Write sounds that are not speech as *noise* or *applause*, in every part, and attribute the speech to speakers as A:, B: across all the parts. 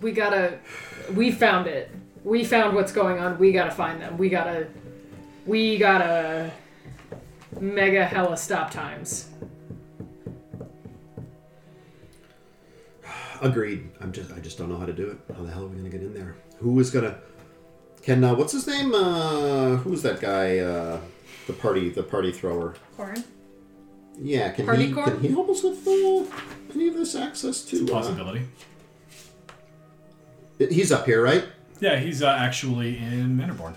A: we gotta we found it we found what's going on we gotta find them we gotta we gotta mega hella stop times
B: Agreed. I'm just I just don't know how to do it. How the hell are we gonna get in there? Who is gonna? Can uh, what's his name? Uh, who's that guy? Uh, the party the party thrower.
C: Corin?
B: Yeah, can
C: Party
B: he
C: corn?
B: can he help us with uh, any of this access to? uh,
D: Possibility.
B: he's up here, right?
D: Yeah, he's uh, actually in Mannerborn.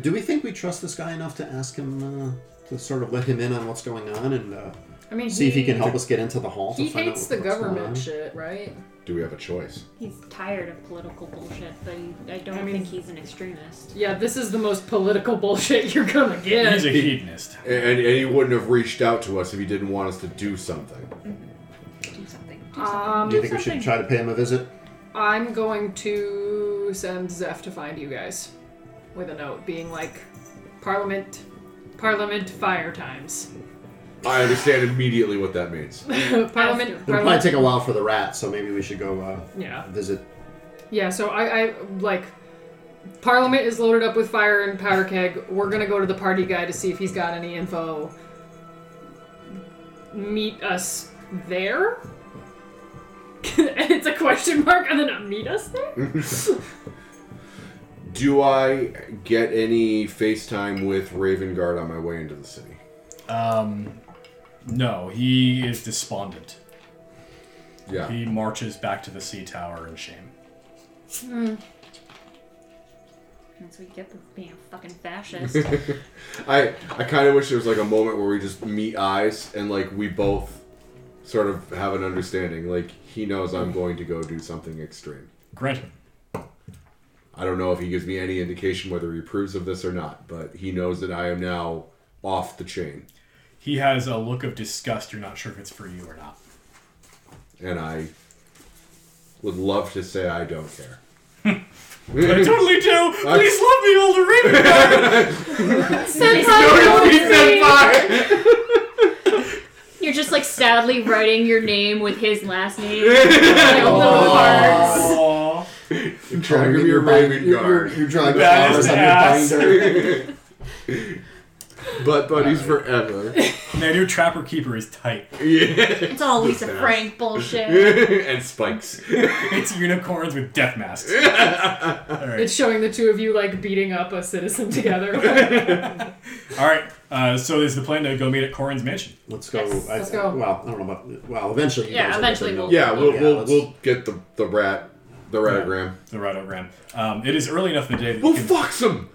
B: Do we think we trust this guy enough to ask him uh, to sort of let him in on what's going on and uh,
A: i mean
B: see if he can help us get into the hall?
A: he
B: to find
A: hates
B: out
A: the
B: what's going on?
A: government shit right
E: Do we have a choice?
C: He's tired of political bullshit, but I don't
A: I mean-
C: think he's an extremist.
A: yeah this is the most political *laughs* bullshit you're gonna get
D: He's a hedonist.
E: And, and he wouldn't have reached out to us if he didn't want us to do something.
C: Do something. Do something.
A: um,
B: Do you think we should try to pay him a visit?
A: i'm going to send zeph to find you guys with a note being like parliament parliament fire times *clears throat*
E: I understand immediately what that means.
A: parliament
B: It'll probably
A: parliament
B: take a while for the rat, so maybe we should go uh,
A: yeah
B: visit.
A: Yeah, so I, I like Parliament is loaded up with fire and powder keg. We're gonna go to the party guy to see if he's got any info. Meet us there? *laughs* and it's a question mark and then a meet us there?
E: Do I get any FaceTime with Raven Guard on my way into the city?
D: Um, no, he is despondent.
E: Yeah.
D: He marches back to the sea tower in shame.
C: Once we get this being a
E: *laughs*
C: fucking fascist.
E: I I kind of wish there was like a moment where we just meet eyes and like we both sort of have an understanding. Like he knows I'm going to go do something extreme.
D: Granted,
E: I don't know if he gives me any indication whether he approves of this or not, but he knows that I am now off the chain,
D: he has a look of disgust. You're not sure if it's for you or not.
E: and I would love to say I don't care.
D: I totally do. Please love me, older Raven.
C: You're just like sadly writing your name with his last name.
E: *laughs*
C: like a little heart.
D: Aw.
E: Drag him your
B: bind-
E: Raven
B: you're- you're-
E: Guard.
B: You're drawing
D: That
B: flowers
D: is
B: on your
D: ass.
C: *laughs*
B: binder.
E: Butt buddies *laughs* forever.
D: Man, your trapper keeper is tight.
E: Yeah. *laughs*
C: It's all Lisa Frank bullshit.
E: and spikes.
D: It's unicorns with death masks. All right.
A: It's showing the two of you like beating up a citizen
E: *laughs*
A: together.
D: All right. Uh, so is the plan to go meet at Corin's mansion?
B: Let's go.
C: Yes,
B: I,
A: let's go.
B: Well, I don't know about. Well, eventually. you
C: Yeah,
B: guys will get
C: eventually
B: to know.
C: we'll-
E: Yeah, we'll
B: Yeah,
E: we'll,
B: let's-
E: we'll get the the rat the ratogram.
D: The Radogram. Um, it is early enough in the day. That
E: Who
D: you can,
E: fucks him?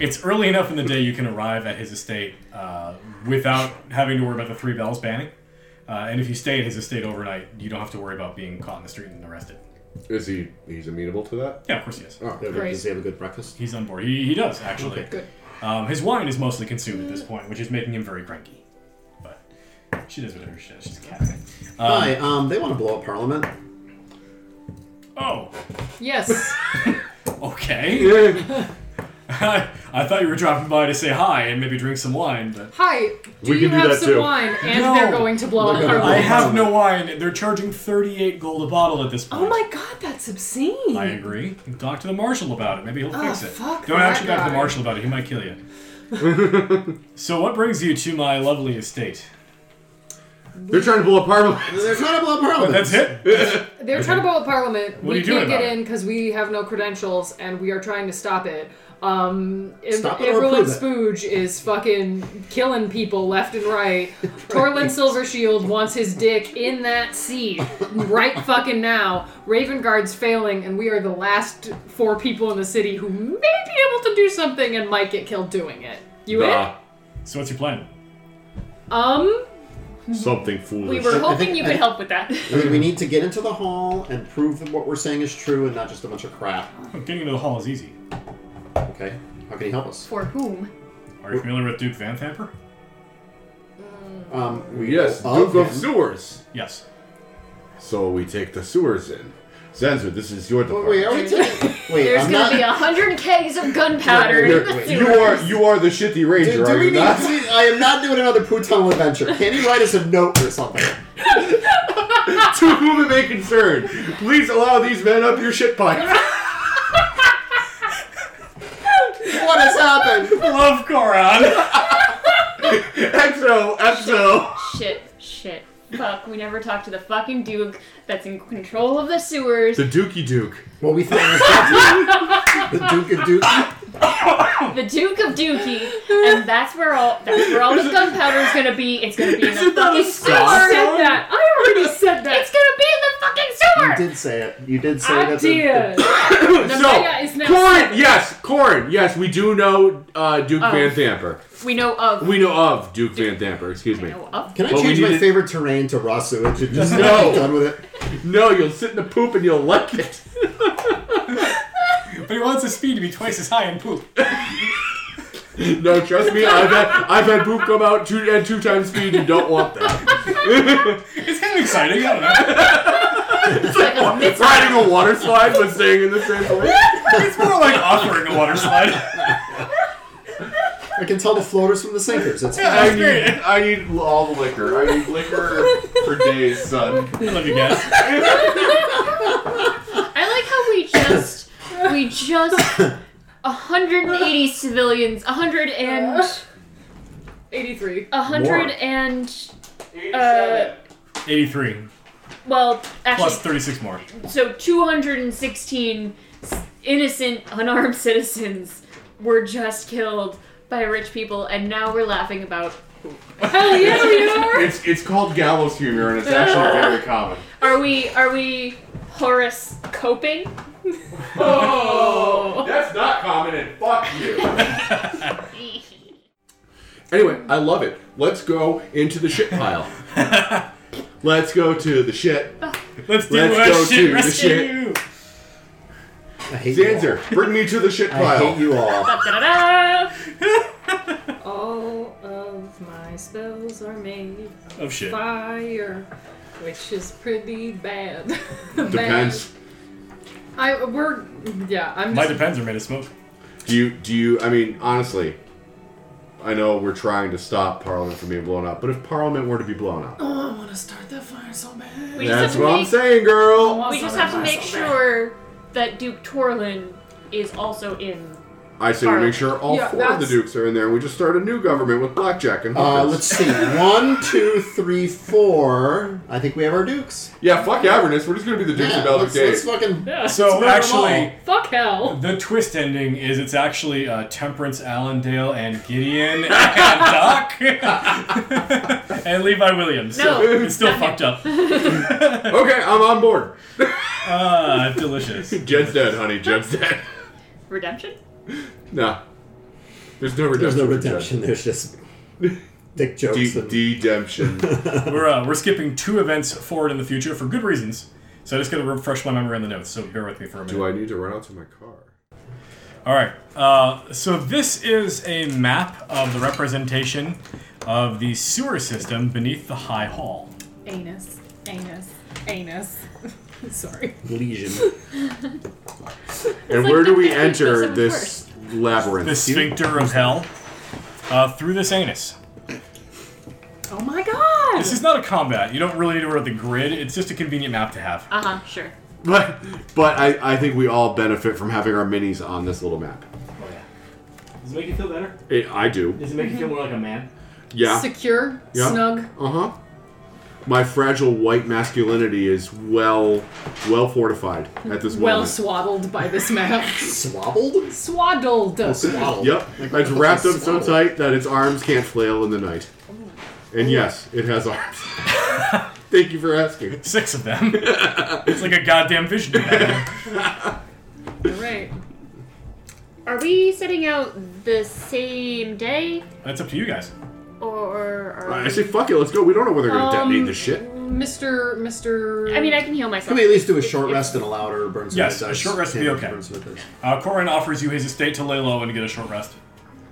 D: It's early enough in the day you can arrive at his estate uh, without having to worry about the three bells banning. Uh, and if you stay at his estate overnight, you don't have to worry about being caught in the street and arrested.
E: Is he he's amenable to that?
D: Yeah, of course he is.
E: Oh.
B: Does he- Does he have a good breakfast?
D: He's on board. He, he does actually.
A: Good.
D: Um, his wine is mostly consumed at this point, which is making him very cranky. But she does whatever she does. She's a cat.
B: Hi. Um, they want to blow up Parliament.
D: Oh,
A: yes.
D: okay. *laughs*
E: Yeah.
D: I thought you were dropping by to say hi and maybe drink some wine, but
A: Hi. Do
E: We
A: you
E: can do
A: have
E: that
A: some
E: too.
A: wine? And
D: No.
A: they're going to blow up
B: Look at
D: I
A: Parliament.
B: that.
D: have no wine. They're charging 38 gold a bottle at this point.
A: Oh my god, that's obscene.
D: I agree. Talk to the marshal about it. Maybe he'll
A: Oh,
D: fix it.
A: fuck
D: Don't
A: that
D: actually talk to the
A: guy.
D: marshal about it. He might kill you. so what brings you to my lovely estate?
E: They're trying to blow up Parliament. *laughs*
B: They're trying to blow up Parliament.
D: That's it.
A: They're trying to blow up Parliament.
D: What are
A: we
D: you doing
A: can't get
D: about it?
A: in because we have no credentials, and we are trying to stop it. Um, Im-
B: Stop it or
A: Imberlin
B: prove
A: Spooge is fucking killing people left and right.
D: *laughs*
A: Torlin Silvershield wants his dick in that seat right fucking now. Raven Guard's failing, and we are the last four people in the city who may be able to do something and might get killed doing it. You
E: Nah,
D: So what's your plan?
A: in? Um,
E: something foolish.
C: We were hoping
B: think-
C: you
B: I
E: *laughs*
C: could
B: think-
C: help with that.
B: I mean, we need to get into the hall and prove that what we're saying is true and not just a bunch of crap.
D: Oh, Getting into the hall is easy.
B: Okay. How can he help us?
C: For whom?
D: Are you familiar with Duke Van Thamper?
B: Um, we
E: yes,
B: know
E: Duke of
B: him.
E: Sewers.
D: Yes.
E: Oh, So we take the sewers in. Zenzu, this is your
B: Wait,
E: department.
B: wait, are we taking? Wait,
C: There's
B: I'm
C: gonna
B: not.
C: be a hundred kegs of gunpowder in the
E: You're- you
C: sewers.
E: are you are the shitty
B: do,
E: ranger,
B: do
E: are
B: we
E: you
B: need,
E: not?
B: do we- I am not doing another Poutine adventure. Can he write us a note or something?
E: *laughs* to whom it may concern, please allow these men up your shit pipe.
B: What has happened?
D: Love Koran.
E: *laughs* Exo, exo.
C: Shit, shit, fuck. We never talked to the fucking Duke that's in control of the sewers.
E: The
C: The,
E: Dookie Duke.
B: Well, we thought it was the Duke of Duke.
C: Duke of Dookie, and that's where all that's where all the gunpowder is gonna be. It's gonna be in the fucking
A: I
C: sewer.
A: said that. I already said
C: It's
A: that.
C: gonna be in the fucking
B: You
C: sewer.
B: did say it. You did say
A: I
B: that. the-
A: did. The mega is now
E: Corn,
A: seven.
E: yes, Corn, yes, we do know uh, Duke Van Thamper.
C: We know of.
E: We know of Duke Van Thamper, excuse
C: We
E: me.
C: know of.
B: Can I
E: But we
B: change my
E: needed-
B: favorite terrain to raw sewage? and Just
E: No.
B: done with it.
E: No, you'll sit in the poop and you'll like it.
D: But he wants his speed to be twice as high in poop.
E: No, trust me, I've had, I've had poop come out two, at two times speed and don't want that.
D: It's kind of exciting. I don't know.
C: It's like a myth.
E: Riding a water slide but staying in the same place.
D: It's more like offering a water slide.
B: I can tell the floaters from the sinkers. It's
D: Yeah.
E: I
D: That's great.
E: need, I need all the liquor. I need liquor for days, son.
D: I love you guys.
C: I like how we just
B: *coughs*
C: we just 180 civilians, 100 and
A: 83.
C: 100
B: More.
C: and uh
D: 83
C: well actually
D: plus 36 more.
C: so 216 s- innocent unarmed citizens were just killed by rich people and now we're laughing about
A: Hell yeah, we are.
E: It's it's called gallows humor and it's actually very common.
C: *laughs* are we are we Horace coping?
E: Oh, that's not common and fuck you. anyway, I love it. Let's go into the
D: *laughs*
E: shit pile. Let's go to the shit.
D: Let's do
E: Let's
D: a
E: go
D: shit
E: to the
D: rescue.
E: shit.
B: I hate you all.
E: Zanzer, bring me to the shit
B: I hate
E: pile.
B: you all.
C: *laughs* Da-da-da!
A: All of my spells are made
D: Of Oh, shit.
A: fire, which is pretty bad. *laughs* Bad.
E: Depends.
A: I we're yeah. I'm
D: My
A: just
D: depends are made of smoke.
E: Do you do you I mean honestly, I know we're trying to stop Parliament from being blown up, but if Parliament were to be blown up.
A: oh, I want to start that fire so bad.
C: We just have
E: That's
C: to
E: what I'm
C: make-
E: saying, girl.
A: want
C: We just
A: that
C: have to
A: fire
C: make
A: so bad.
C: sure that Duke Torlin is also in
E: I say we make sure all
A: Yeah,
E: four of the
A: that's-
E: Dukes are in there and we just start a new government with blackjack and
B: Uh,
E: hookers.
B: let's see. One, two, three, four. I think we have our dukes.
E: Yeah, fuck Avernus. We're just gonna be the Dukes
B: Yeah,
E: of Baldur's
B: let's, let's
E: Gate.
B: fucking.
A: Yeah.
B: let's
D: So
B: murder them
D: actually,
A: Fuck hell.
D: The twist ending is it's actually uh, Temperance Allendale and Gideon *laughs* and Doc *laughs* and Levi Williams. So
C: No,
D: it's still
C: not him.
D: fucked up.
E: Okay, I'm on board.
D: Ah, delicious.
E: Jed's dead, honey. Jed's dead. *laughs*
C: redemption?
E: nah. There's no redemption.
B: There's no
E: for
B: redemption. There's just dick jokes.
E: Jed.
B: and
E: De- Dedemption.
D: We're uh, we're skipping two events forward in the future for good reasons. So I just got to refresh my memory on the notes. So bear with me for a minute.
E: Do I need to run out to my car?
D: All right. Uh, so this is a map of the representation of the sewer system beneath the High Hall.
A: Anus. Anus. Anus. *laughs* Sorry.
B: lesion.
E: and
C: like
E: where do
C: the
E: we
C: fifth
E: enter
C: person
E: this labyrinth?
D: The sphincter of hell uh, through this anus.
A: Oh my god.
D: This is not a combat. You don't really need to worry about the grid. It's just a convenient map to have.
C: Uh huh, sure.
E: but but I, I think we all benefit from having our minis on this little map.
D: Does it make you feel better?
E: It, I do.
D: Does it make you feel more like a man?
E: Yeah.
A: Secure.
E: Yeah.
A: Snug.
E: Uh huh. My fragile white masculinity is well well fortified at this
A: Well
E: moment.
A: swaddled by this map.
B: Swabbled?
A: swaddled.
B: Swaddled.
E: Yep.
B: Like,
E: it's wrapped up so
B: swaddled.
E: tight that its arms can't flail in the night.
B: Oh.
E: And yes, it has arms. Thank you for asking.
D: Six of
B: *laughs*
D: them. it's like a goddamn vision. map.
A: Right.
C: Are we setting out the same day,
D: That's up to you guys.
C: or are
E: I
C: we-
E: say fuck it, let's go. We don't know where they're gonna detonate
A: Um,
E: this shit.
A: Mr. Mr.
C: I mean, I can heal myself.
B: Can we at least do a
C: If-
B: short
C: if-
B: rest and allow her to burn some
D: Yes,
B: dice?
D: a short rest would be
B: Can't
D: okay.
B: burn some dice.
D: Uh, Corin offers you his estate to lay low and get a short rest.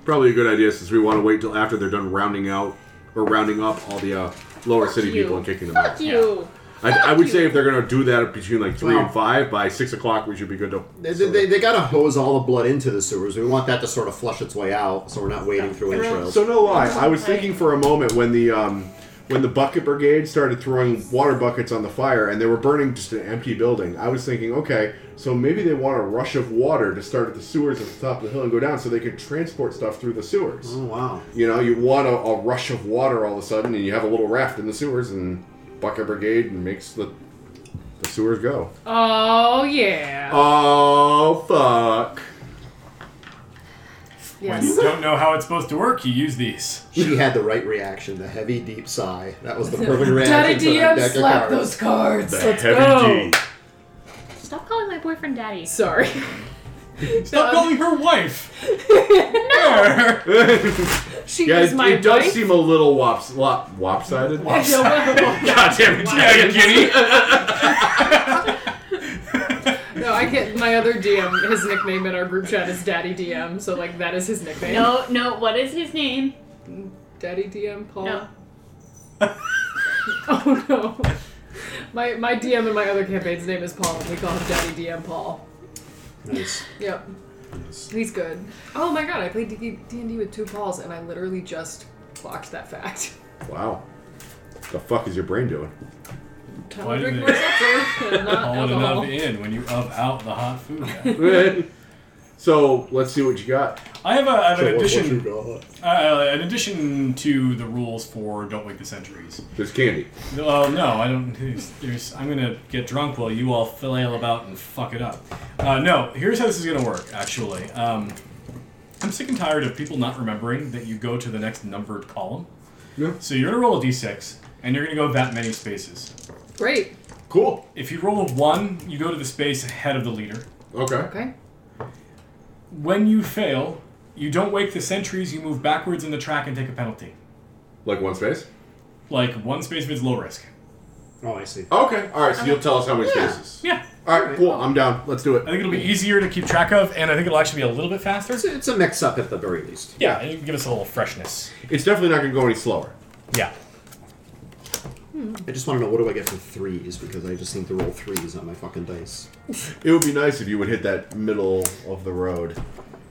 E: Probably a good idea since we want to wait till after they're done rounding out or rounding up all the uh, lower city
C: you.
E: people and kicking them
C: Fuck
E: out.
C: you.
E: I, I would say if they're gonna do that between like three
B: Well-
E: and five, by six o'clock we should be good to.
B: They,
E: sort of-
B: they, they gotta hose all the blood into the sewers. We want that to sort of flush its way out so we're not wading through entrails.
E: So no lie, I was thinking for a moment when the um when the bucket brigade started throwing water buckets on the fire and they were burning just an empty building, I was thinking, okay, so maybe they want a rush of water to start at the sewers at the top of the hill and go down so they could transport stuff through the sewers.
B: Oh wow.
E: You know, you want a, a rush of water all of a sudden, and you have a little raft in the sewers, and Bucket Brigade makes the, the sewers go.
A: Oh yeah.
E: Oh, fuck.
D: When
A: yes.
D: you don't know how it's supposed to work, you use these.
B: She had the right reaction. The heavy, deep sigh. That was the perfect reaction
A: Daddy
B: for that deck
A: DM
B: of
A: slap
B: cards.
A: those cards. Let's go.
C: Stop calling my boyfriend daddy.
A: Sorry. Um,
D: Stop
A: No.
D: calling her wife. no.
A: She
E: Yeah,
A: is
E: it,
A: my
E: it
A: wife. *laughs*
E: does seem a little wops, lop, wopsided.
A: I know, well,
E: *laughs* God damn it,
D: Yeah, you *laughs* giddy.
A: no, I get my other DM. His nickname in our group chat is Daddy DM, so like that is his nickname.
C: No, no, what is his name?
A: Daddy DM Paul.
C: No.
A: *laughs* Oh no. My my DM in my other campaign's name is Paul. and We call him Daddy DM Paul.
B: Nice.
A: Yep. He's good. Oh my god, I played D and D with two Pauls, and I literally just clocked that fact.
E: Wow. The fuck is your brain doing? *laughs*
A: Time
D: Why
A: to drink
D: did
A: more
D: they-
A: seltzer
D: *laughs*
A: and not
D: Calling it up
A: alcohol.
D: in when you up out the hot food. guy.
E: so, let's see what you got.
D: I have, a, I have
B: So
D: an
B: what- what
D: addition.
B: you got?
D: Uh, in addition to the rules for don't wake the centuries.
E: There's candy.
D: Well, no, I don't. There's, there's, I'm gonna get drunk while you all flail about and fuck it up. Uh, no, here's how this is gonna work. Actually, um, I'm sick and tired of people not remembering that you go to the next numbered column.
E: Yeah.
D: So you're gonna roll a d6, and you're gonna go that many spaces.
A: Great.
E: Cool.
D: If you roll a one, you go to the space ahead of the leader.
E: Okay.
A: Okay.
D: When you fail, you don't wake the sentries. You move backwards in the track and take a penalty,
E: Like one space?
D: like one space if it's low risk.
B: Oh, I see.
E: Okay. All right, so you'll tell us how many
B: Yeah.
E: spaces.
D: Yeah.
E: All right, cool. I'm down. Let's do
D: I
E: it.
D: think it'll be easier to keep track of, and I think it'll actually be a little bit faster.
B: It's a, it's a mix up at the very least.
D: Yeah, and it'll give us a little freshness.
E: It's definitely not going to go any slower.
D: Yeah.
B: I just want to know what do I get for threes because I just seem to roll threes on my fucking dice.
E: It would be nice if you would hit that middle of the road.
B: It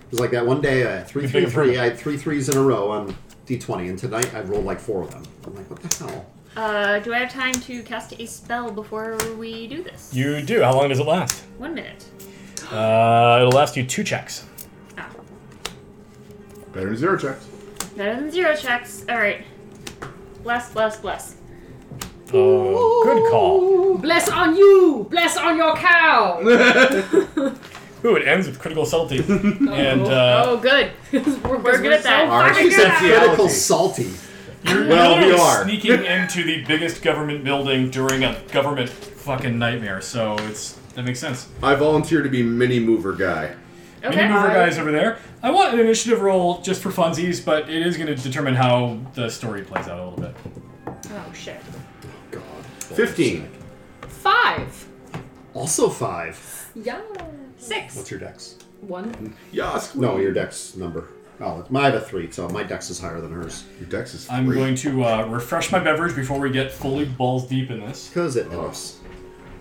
B: was like that one day I had three, *laughs*
D: You
B: three,
D: pick a
B: three.
D: three.
B: I had three threes in a row on D20, and tonight I rolled like four of them. I'm like, what the hell?
C: Uh, do I have time to cast a spell before we do this?
D: You do. How long does it last?
C: One minute.
D: Uh, it'll last you two checks.
C: Ah,
E: Better than zero checks.
C: better than zero checks. All right. Bless, bless, bless.
D: Oh, good call.
A: Bless on you. Bless on your cow.
D: Ooh, it ends with critical
C: *laughs*
D: salty. and uh, *laughs*
C: oh, good. We're good at that.
E: Our
C: Fucking good at that.
E: Theology.
B: Critical salty.
D: you're
E: Well, we
D: literally
E: are.
D: sneaking into the biggest government building during a government fucking nightmare. So it's that makes sense.
E: I volunteer to be mini mover guy.
D: Mini mover
C: Okay.
D: guys over there. I want an initiative roll just for funsies, but it is going to determine how the story plays out a little bit.
C: Oh shit.
B: God.
E: 15.
A: Five.
B: Also five.
A: Yeah.
C: Six.
B: What's your dex?
A: One.
E: Yes.
B: No, your dex number. Oh, it's- I have a three, so my dex is higher than hers.
E: Your dex is
D: I'm
E: free.
D: going to uh, refresh my beverage before we get fully balls deep in this.
B: Because it helps.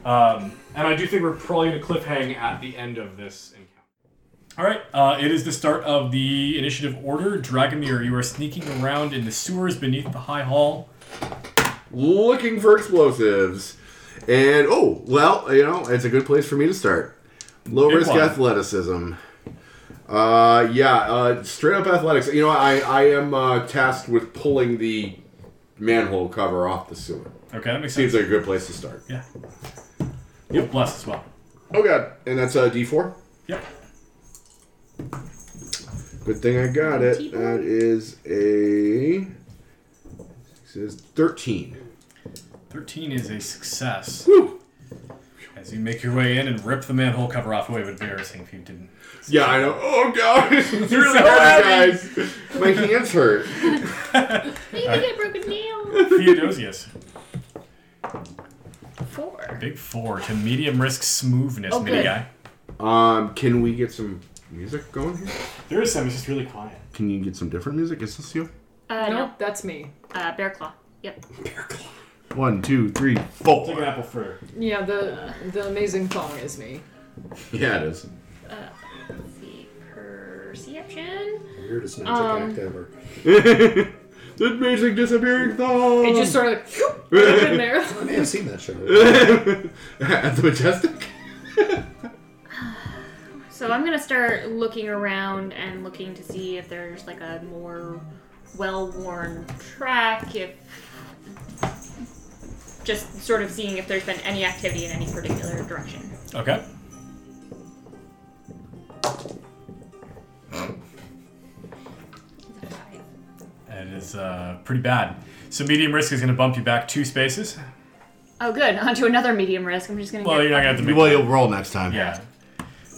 D: Um, and I do think we're probably going to cliffhang at the end of this encounter. All right, uh, it is the start of the initiative order. Dragomir, you are sneaking around in the sewers beneath the high hall.
E: looking for explosives. And oh, well, you know, it's a good place for me to start. Low
D: Pick
E: risk
D: one.
E: athleticism. Uh, yeah, uh, straight up athletics. You know, I I am uh, tasked with pulling the manhole cover off the sewer.
D: Okay, that makes sense.
E: Seems like a good place to start.
D: yeah. You have bless as well.
E: Oh god, and that's a D four.
D: Yep.
E: Good thing I got it. That is a says thirteen.
D: 13 is a success.
E: Whew.
D: As you make your way in and rip the manhole cover off, it would have been embarrassing if you didn't.
E: Yeah, I know. Oh god, *laughs* it's
D: So
E: really hard,
D: heavy.
E: guys. *laughs* My hands hurt.
C: Maybe get broken nail.
D: Theodosius.
C: Four.
D: Big four to medium risk smoothness,
C: Oh,
D: mini
C: good.
D: guy.
E: Um, can we get some music going here?
D: There is some, it's just really quiet.
E: Can you get some different music? Is this you?
C: Uh,
A: Nope, that's me.
C: no. Uh, bear claw. Yep.
E: One, two, three,
D: It's like
E: four.
D: an apple fruit.
A: Yeah, the the amazing thong is me.
E: Yeah, it is.
C: Let's see. Perception.
B: Weirdest magic act ever.
E: The amazing disappearing thong.
A: It just sort of whoop, *laughs* up in there.
B: I may have seen that show. *laughs*
E: *laughs* at the majestic.
C: So I'm gonna start looking around and looking to see if there's like a more well-worn track, if just sort of seeing if there's been any activity in any particular direction.
D: Okay. And it's uh, pretty bad. So medium risk is going to bump you back two spaces.
C: Oh, good. *laughs* Onto another medium risk. I'm just gonna.
D: Well,
C: get
D: you're not going to have to make
F: Well, you'll roll next time.
D: Yeah.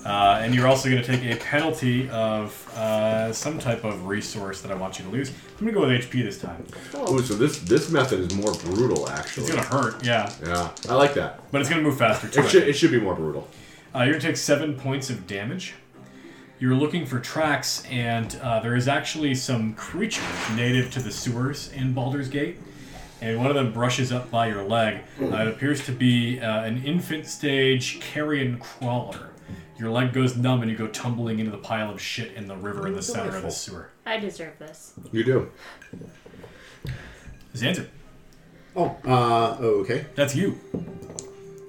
D: Uh, and you're also going to take a penalty of uh, some type of resource that I want you to lose. I'm going to go with HP this time.
E: Oh, so this this method is more brutal,
D: It's
E: actually.
D: going to hurt, yeah.
E: Yeah, I like that.
D: But it's going to move faster, too.
E: It should, it should be more brutal.
D: Uh, you're going to take seven points of damage. You're looking for tracks, and uh, there is actually some creature native to the sewers in Baldur's Gate. And one of them brushes up by your leg. Uh, it appears to be uh, an infant stage carrion crawler. Your leg goes numb, and you go tumbling into the pile of shit in the river in the center of the sewer.
C: I deserve this.
E: You do.
D: Xander,
B: Oh, uh, okay.
D: that's you.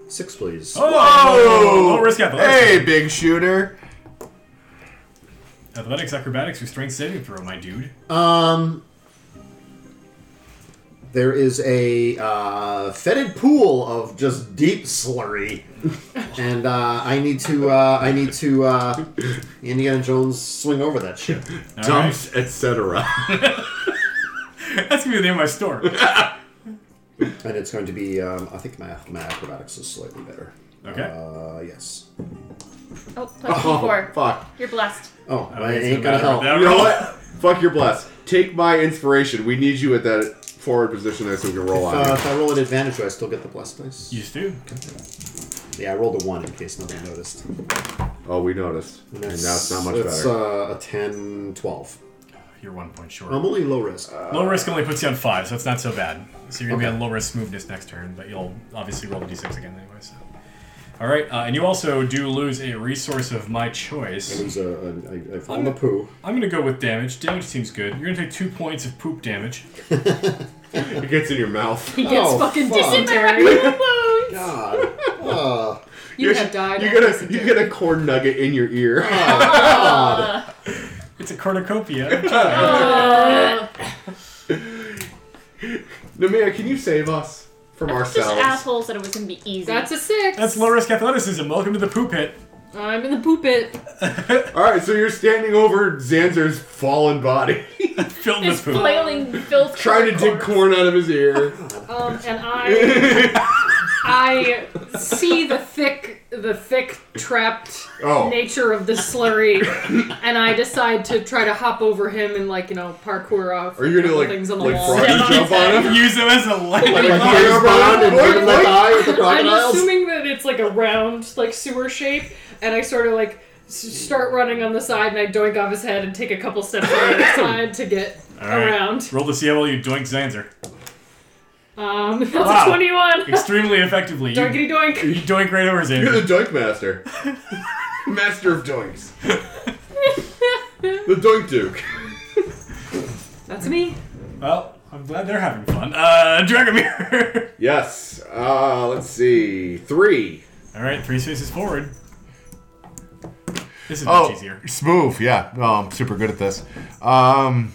B: Six, please.
D: Oh,
F: Whoa!
D: Low risk athletics.
F: Hey, big shooter.
D: Athletics, acrobatics, or strength saving throw, my dude. *laughs*
B: Um, there is a uh, fetid pool of just deep slurry, and uh, I need to uh, I need to uh, Indiana Jones swing over that shit.
D: All
E: Dumps, etc.
D: right. That's gonna be the name of my store.
B: And it's going to be um, I think my my acrobatics is slightly better.
D: Okay.
B: Uh, yes.
D: *laughs*
C: Oh, plus
E: *laughs* Oh,
C: D4.
E: fuck.
C: You're blessed.
B: Oh,
D: I don't
B: I
D: think it's
B: ain't gonna
D: matter with
B: help.
D: that
E: You know
D: roll.
E: what? Fuck your bless. Take my inspiration. We need you at that forward position there so we can roll on.
B: Uh,
E: you.
B: if I roll at advantage, do I still get the blessed dice?
D: Used to.
B: Yeah, I rolled a one in case nobody noticed. And
E: Oh, we noticed. And now it's not much
B: it's,
E: better.
B: uh, a 10, 12.
D: You're one point short.
B: I'm only low risk.
E: Uh,
D: low risk only puts you on five, so it's not so bad. So you're gonna
B: Okay.
D: be on low risk smoothness next turn, but you'll obviously roll the d6 again anyway. So. All right, uh, and you also do lose a resource of my
B: I
D: choice.
B: lose a, a, I, I fall in the poo.
D: I'm gonna go with damage. Damage seems good. You're gonna take two points of poop damage.
E: it gets in your
A: *laughs*
E: mouth.
A: He gets
B: Oh,
A: fucking
B: fuck.
A: dysentery.
B: *laughs* God. Oh,
A: you have died.
E: *laughs* You
A: of
E: get a
A: dysentery.
E: you get a corn nugget in
B: *laughs*
E: your ear. *laughs*
B: God.
D: It's a cornucopia.
E: Namia, can you save us from
C: Just
E: ourselves?
C: assholes that it was gonna be easy.
A: That's
D: *laughs*
A: a six.
D: That's low risk athleticism. Welcome to the poop pit.
A: I'm in the poop it.
E: All right, so you're standing over Zanzer's
A: *laughs*
E: fallen body,
D: Filled
C: Just
D: with poop.
C: flailing filth.
E: trying to dig
C: corn.
E: corn out of his
A: *laughs*
E: ear.
A: Um, and I, I see the thick, the thick trapped
E: Oh.
A: nature of the slurry, and I decide to try to hop over him and like you know parkour off.
E: Are you gonna
A: couple
E: like
A: things on the
E: like
A: wall.
E: frog jump on
D: *laughs*
E: him?
D: Use them as
A: *laughs*
D: a
E: Like,
D: lightning.
E: like,
B: Like,
E: you're
B: here's Bond and
E: around,
B: Weird Left
E: boy, boy.
B: Eye with the
A: I'm
B: crocodiles.
A: assuming that it's like a round like sewer shape, and I sort of like s- start running on the side, and I doink off his head and take a couple steps on
E: *coughs*
A: the side to get
D: All right.
A: around.
D: Roll to see how well you doink Zanzer.
A: Um, *laughs* that's
D: Wow.
A: a twenty-one.
D: Extremely effectively. You,
A: Doinkity doink.
D: you doink right over
E: You're *laughs*
D: Xander.
E: the
B: *laughs*
E: doink master, master
A: *laughs*
E: of doinks, the doink duke.
A: That's me.
D: Well, I'm glad they're having fun. Uh, Dragomir. *laughs*
E: Yes. Uh, let's see. Three.
D: All right, three spaces forward. This is
F: Oh,
D: much easier.
F: smooth. Yeah. Oh, I'm super good at this. Um,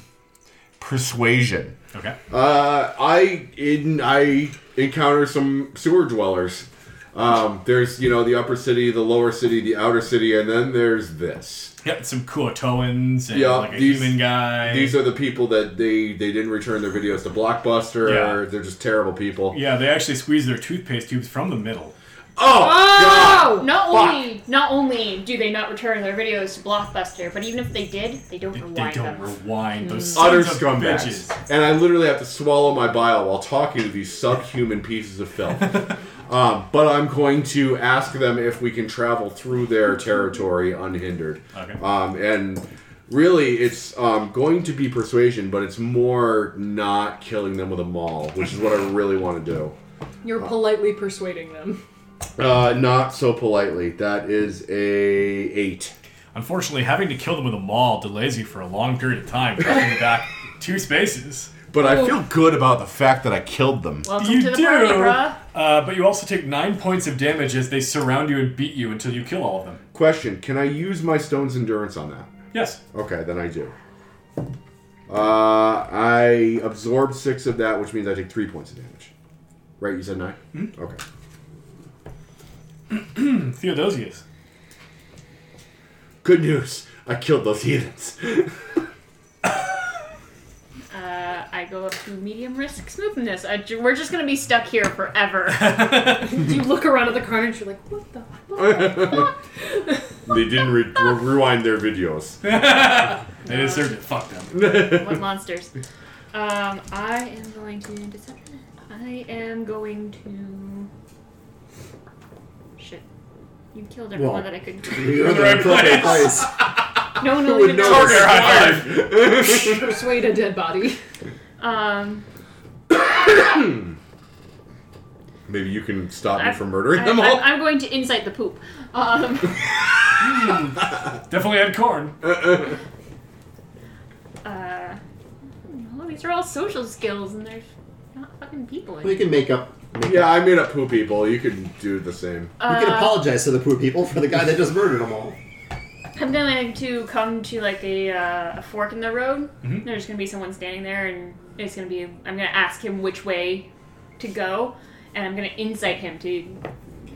F: persuasion.
D: Okay.
E: Uh, I in I encounter some sewer dwellers. Um, there's you know the upper city, the lower city, the outer city, and then there's this.
D: Yep, some Kuotoans and
E: Yeah,
D: like a
E: these-
D: human guy.
E: These are the people that they they didn't return their videos to Blockbuster.
D: Yeah.
E: Or they're just terrible people.
D: yeah, they actually squeeze their toothpaste tubes from the middle.
E: Oh,
A: Oh!
C: Not only, not only do they not return their videos to Blockbuster, but even if they did, they don't
D: They,
C: rewind
D: they don't
C: them.
D: rewind those
E: God. utter
D: sons of
E: scumbags!
D: bitches.
E: And I literally have to swallow my bile while talking to these subhuman pieces of *laughs* filth. um, but I'm going to ask them if we can travel through their territory unhindered.
D: Okay.
E: Um, and really, it's um, going to be persuasion, but it's more not killing them with a maul, which is what I really want to do.
A: You're politely persuading them. *laughs*
E: Uh, not so politely. That is a eight.
D: *laughs* Unfortunately, having to kill them with a maul delays you for a long period of time, dropping you back two spaces.
F: But I feel good about the fact that I killed them.
C: Welcome
D: you
C: to the
D: do,
C: party, bruh.
D: Uh, but you also take nine points of damage as they surround you and beat you until you kill all of them.
E: Question: Can I use my stone's endurance on that?
D: Yes.
E: Okay, then I do. Uh, I absorb six of that, which means I take three points of damage. Right? You said 9 Okay.
D: Theodosius.
E: Good news. I killed those heathens.
C: Uh, I go up to medium risk smoothness. I ju- we're just gonna be stuck here forever.
E: *laughs*
A: You look around at the carnage, you're like, what the? Fuck?
E: *laughs* they didn't re- re- rewind their videos.
D: They deserved it. Fuck them.
C: what monsters? Um, I am going to deception. I am going to. Shit. You killed everyone
B: Well.
C: that I could.
B: You're in the
D: Right
B: right fucking
D: place.
B: place.
C: No one will
E: Who would
C: even
E: know
C: know.
E: this?
D: high five.
A: Persuade a dead body.
C: Um,
E: Maybe you can stop me
C: I-
E: from
C: I,
E: murdering them all.
C: I, am going to insight the poop. Um,
D: Definitely had corn.
C: uh, well, these are all social skills, and there's not fucking people. In
B: We
C: here.
B: can make up. Make
E: yeah,
B: up.
E: I made up poo people. You can do the same.
B: We can
C: Uh,
B: apologize to the poor people for the guy that just murdered them *laughs* all.
C: I'm going to come to like a, uh, a fork in the road. There's going to be someone standing there, and it's going to be. I'm going to ask him which way to go, and I'm going to incite him to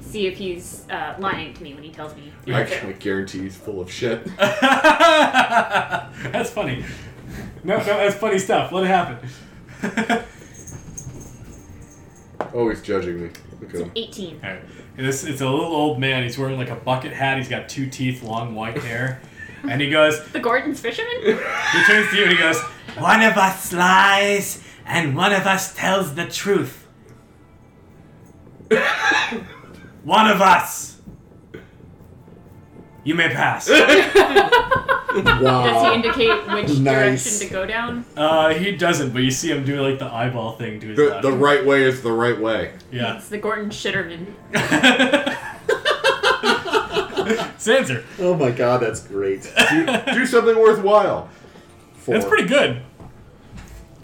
C: see if he's uh, lying to me when he tells me.
E: I can guarantee he's full of shit.
D: *laughs* that's funny. No, no, that's funny stuff. Let it *laughs* happen.
E: Oh, he's judging me. Look at him.
C: 18.
D: All right. This it's a little old man. He's wearing like a bucket hat. He's got two teeth, long white hair, and he goes.
C: The Gordon's fisherman?
D: He turns to you and he goes. One of us lies, and one of us tells the truth. *laughs* one of us. You may
E: *laughs*
D: pass.
C: Does he
B: Wow.
C: indicate which
B: Oh. Nice.
C: direction to go down?
D: Uh, he doesn't, but you see him doing like the eyeball thing to his
E: The,
D: left.
E: the right way is the right way.
D: yeah.
C: It's the Gordon Shitterman.
D: Sanser.
B: Oh my god, that's
E: *laughs*
B: great.
E: Do, do something worthwhile.
B: Four.
D: That's pretty good.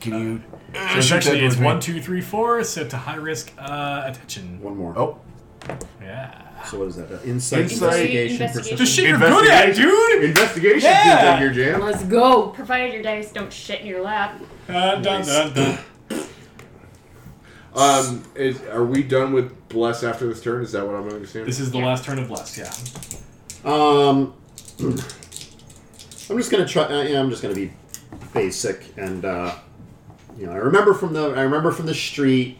F: Can you?
D: So it's actually it's one, two, three, four, set to high risk uh, attention.
B: One more.
F: Oh,
D: Yeah.
B: So what is that? Uh, Insight,
F: Insight,
B: investigation,
C: investigation.
D: The
B: perception.
D: shit you're good at, dude!
E: Investigation seems
D: Yeah.
E: like your jam.
A: Let's go.
C: Provided your dice don't shit in your lap.
D: Uh, dun, dun, dun.
E: Um, is, are we done with bless after this turn? Is that what I'm understanding?
D: This is the
C: Yeah.
D: last turn of blessed, yeah.
B: Um, I'm just gonna try. Uh, yeah, I'm just gonna be basic, and uh, you know, I remember from the I remember from the street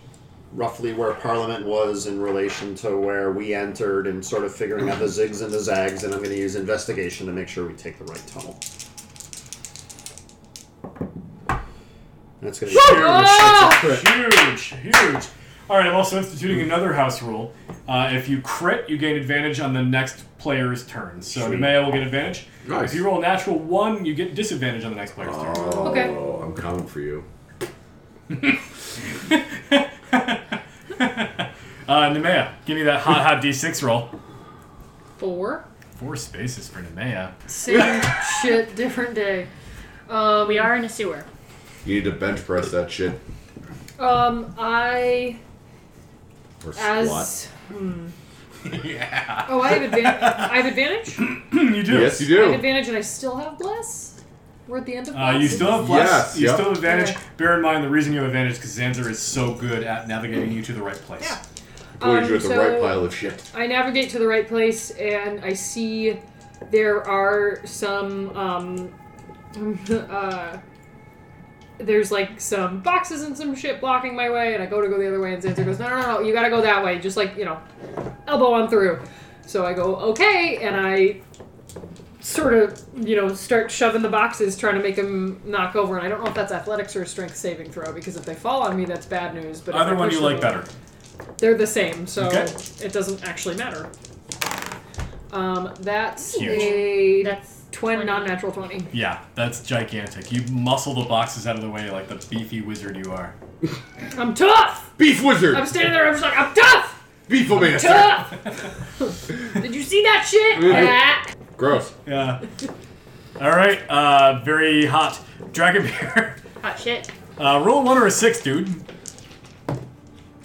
B: roughly where Parliament was in relation to where we entered, and sort of figuring out the zigs and the zags. And I'm gonna use investigation to make sure we take the right tunnel. That's gonna be *laughs*
A: up!
B: Crit.
D: Huge, huge. All right, I'm also instituting another house rule. Uh, if you crit, you gain advantage on the next player's turn. So
B: Sweet.
D: Nemea will get advantage.
E: Nice.
D: If you roll a natural one, you get disadvantage on the next player's
E: Oh,
A: Okay.
E: I'm coming for you.
D: turn. uh, Nemea, give me that hot, hot d6 roll.
A: Four.
D: Four spaces for Nemea. *laughs*
A: Same *laughs* shit, different day. Um,
C: We are in a sewer.
E: You need to bench press that shit
A: Um, I
E: or squat.
A: as. Hmm. Yeah. Oh, I have advantage. I have advantage.
D: Hmm, you do.
E: Yes, you
A: I have
E: do.
A: advantage, and I still have bless. We're at the end of bless.
D: Uh, you still have plus.
E: Yes,
D: you
E: yep.
D: still have advantage. Bear in mind the reason you have advantage because Zanzer is so good at navigating you to the right place.
A: Yeah.
E: Boy, you
A: Um,
E: at the
A: so-
E: right pile of shit.
A: I navigate to the right place and I see there are some um *laughs* uh there's like some boxes and some shit blocking my way and I go to go the other way and Zanzer goes, No no no, no you gotta go that way, just like, you know, elbow on through. So I go, okay, and I sort of, you know, start shoving the boxes, trying to make them knock over. And I don't know if that's athletics or a strength saving throw, because if they fall on me, that's bad news. But if
D: Either
A: I
D: one
A: push
D: you
A: them-
D: like better.
A: they're the same, so
D: Okay.
A: it doesn't actually matter. Um, that's
D: Huge.
A: a
C: That's
A: twin
C: 20.
A: non-natural twenty.
D: Yeah, that's gigantic. You muscle the boxes out of the way like the beefy wizard you are.
A: I'm tough.
E: Beef wizard!
A: I'm standing there. I'm just like, I'm tough, *laughs*
E: Beefomancer!
A: tough.
D: *laughs*
A: Did you see that shit? Yeah.
E: Gross.
A: *laughs*
D: Yeah. All right. Uh, very hot dragon beer.
C: Hot shit.
D: *laughs* Uh, roll a one or a six, dude.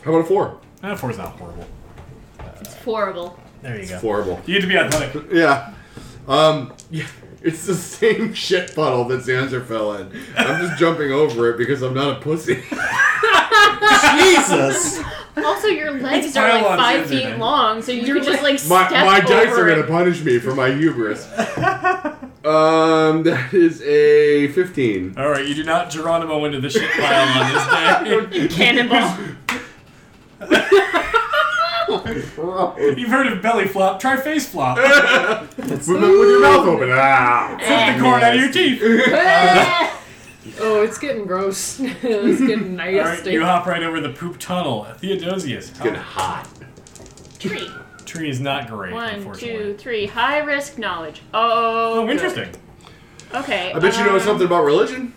E: How about a four?
D: That four's not horrible.
C: It's horrible.
D: There you go.
E: Horrible.
D: You get to be athletic.
E: Yeah. Um, yeah. It's the *laughs* same shit puddle that Zanzer fell in. I'm just jumping over it because I'm not a pussy. *laughs*
B: Jesus.
C: Also, your legs are
D: pile
C: like
D: on
C: five
D: Xander
C: feet
D: then.
C: long, so you
A: Your
C: could just like
E: My,
C: step
E: my dice
C: over
E: are
C: it.
E: going to punish me for my hubris. um, that is a 15.
D: All right, you do not Geronimo into the shit pile on this day.
E: *laughs*
C: cannonball.
E: *laughs*
B: Gross.
D: You've heard of belly flop. Try face flop.
E: With, my- with your mouth open. Ah.
D: Flip the corn out of your teeth.
A: *laughs* Oh, it's getting gross. *laughs* it's getting
D: *laughs* All right,
A: nasty.
D: you hop right over the poop tunnel. Theodosius.
E: Getting hot.
C: Three.
D: Tree is not great,
C: One,
D: unfortunately.
C: two, three. High risk knowledge.
D: Oh,
C: Oh, good.
D: interesting.
C: Okay.
E: I bet you know
C: um,
E: something about religion.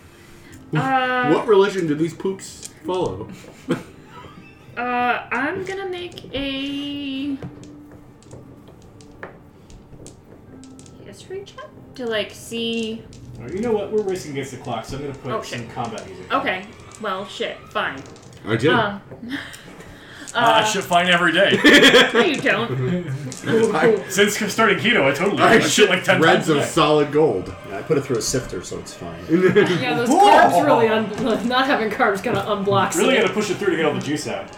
C: Uh,
E: What religion do these poops follow?
C: Uh, I'm gonna make a history check to like see.
D: All right, you know what? We're racing against the clock, so I'm going to put
C: Oh, shit.
D: some combat music.
C: Okay, well, shit, fine.
E: I did.
C: *laughs* Uh,
D: Ah,
E: Uh, *laughs*
D: shit, fine every day.
C: no, you don't.
E: I,
D: Since starting keto, I totally
E: I
D: I shit like 10
E: reds
D: times a
E: of
D: day.
E: solid gold.
B: Yeah, I put it through a sifter, so it's fine.
A: Yeah, those
D: Whoa. *laughs*
A: carbs really un- *laughs* not having carbs gonna unblock.
D: Really
A: it.
D: got to push it through to get all the juice out.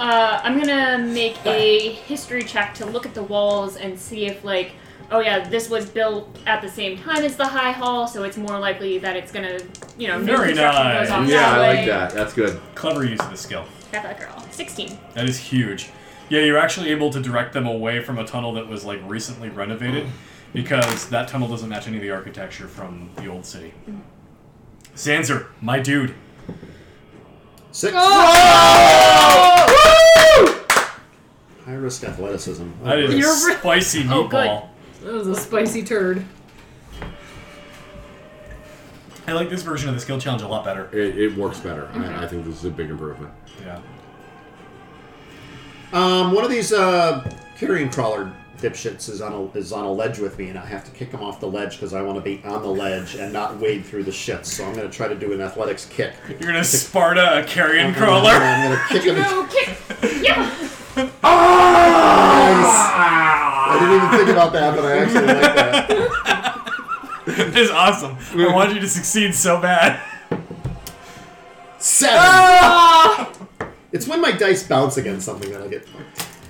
C: Uh, I'm gonna make a history check to look at the walls and see if like, oh yeah, this was built at the same time as the high hall, so it's more likely that it's gonna, you know, new
D: Very
C: construction
D: nice.
C: goes off
E: Yeah,
C: that
E: I
C: way.
E: like that. That's good.
D: Clever use of the skill.
C: Got that girl. Sixteen.
D: That is huge. Yeah, you're actually able to direct them away from a tunnel that was like recently renovated because that tunnel doesn't match any of the architecture from the old city.
C: Mm.
D: Zanzer, my dude.
B: Six. High risk athleticism. Oh,
D: That is a
A: You're re-
D: spicy
C: Oh,
D: meatball.
C: good.
A: That was a spicy turd.
D: I like this version of the skill challenge a lot better.
E: It, it works better. I, I think this is a big improvement.
D: Yeah.
B: Um, one of these uh, carrion crawler dipshits is on a is on a ledge with me, and I have to kick him off the ledge because I want to be on the ledge and not wade through the shit. So I'm going to try to do an athletics kick.
D: You're gonna Sparta a *laughs* carrion
B: And
D: crawler.
B: I'm going to kick him.
C: No kick. Yeah.
B: I didn't even think about that, but I actually like that.
D: It is awesome. I want you to succeed so bad.
B: Seven. It's when my dice bounce against something that I get.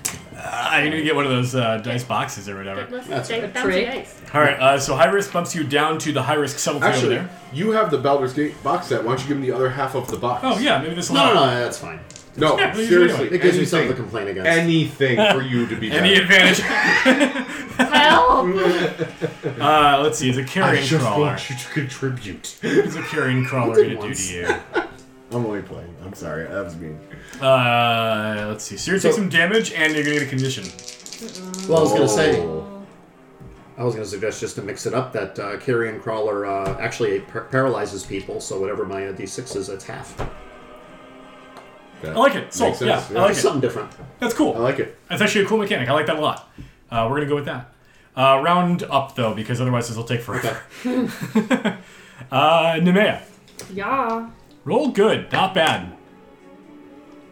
D: *laughs* I need to get one of those uh, dice boxes or whatever.
C: Let's
B: That's
C: take
B: right.
C: bouncy
A: Trick.
E: *laughs*
C: dice.
D: All right. Uh, so high risk bumps you down to the high risk subtlety over
E: Actually,
D: there.
E: you have the Baldur's Gate box set. Why don't you give him the other half of the box?
D: Oh yeah, maybe this will
B: No, no,
D: help.
B: no, that's fine.
E: No,
D: Yeah, please do it.
E: seriously.
B: It gives me something to
E: anything,
B: complain against.
E: anything for you to be
D: Any
E: better.
B: *laughs*
D: advantage?
C: Help.
D: Uh, let's see. It's a carrion crawler.
E: you to contribute.
D: It's a carrion crawler
B: did
D: gonna do
B: once.
D: to you?
E: I'm only playing. I'm sorry. That was mean.
D: Uh, let's see. So you're gonna
B: So-
D: take some damage and you're gonna get a condition.
B: Well, I was going to say.
E: Oh.
B: I was going to suggest just to mix it up that uh, carrion crawler uh, actually par- paralyzes people, so whatever my uh, d6 is, it's half.
E: That
D: I like it. So
E: makes
D: yeah,
E: sense,
D: I like it.
B: Something different.
D: That's cool.
E: I like it.
D: That's actually a cool mechanic. I like that a lot. Uh, we're gonna go with that. Uh, round up though, because otherwise this will take forever. *laughs* uh, Nemea,
A: Yeah.
D: roll good, not bad.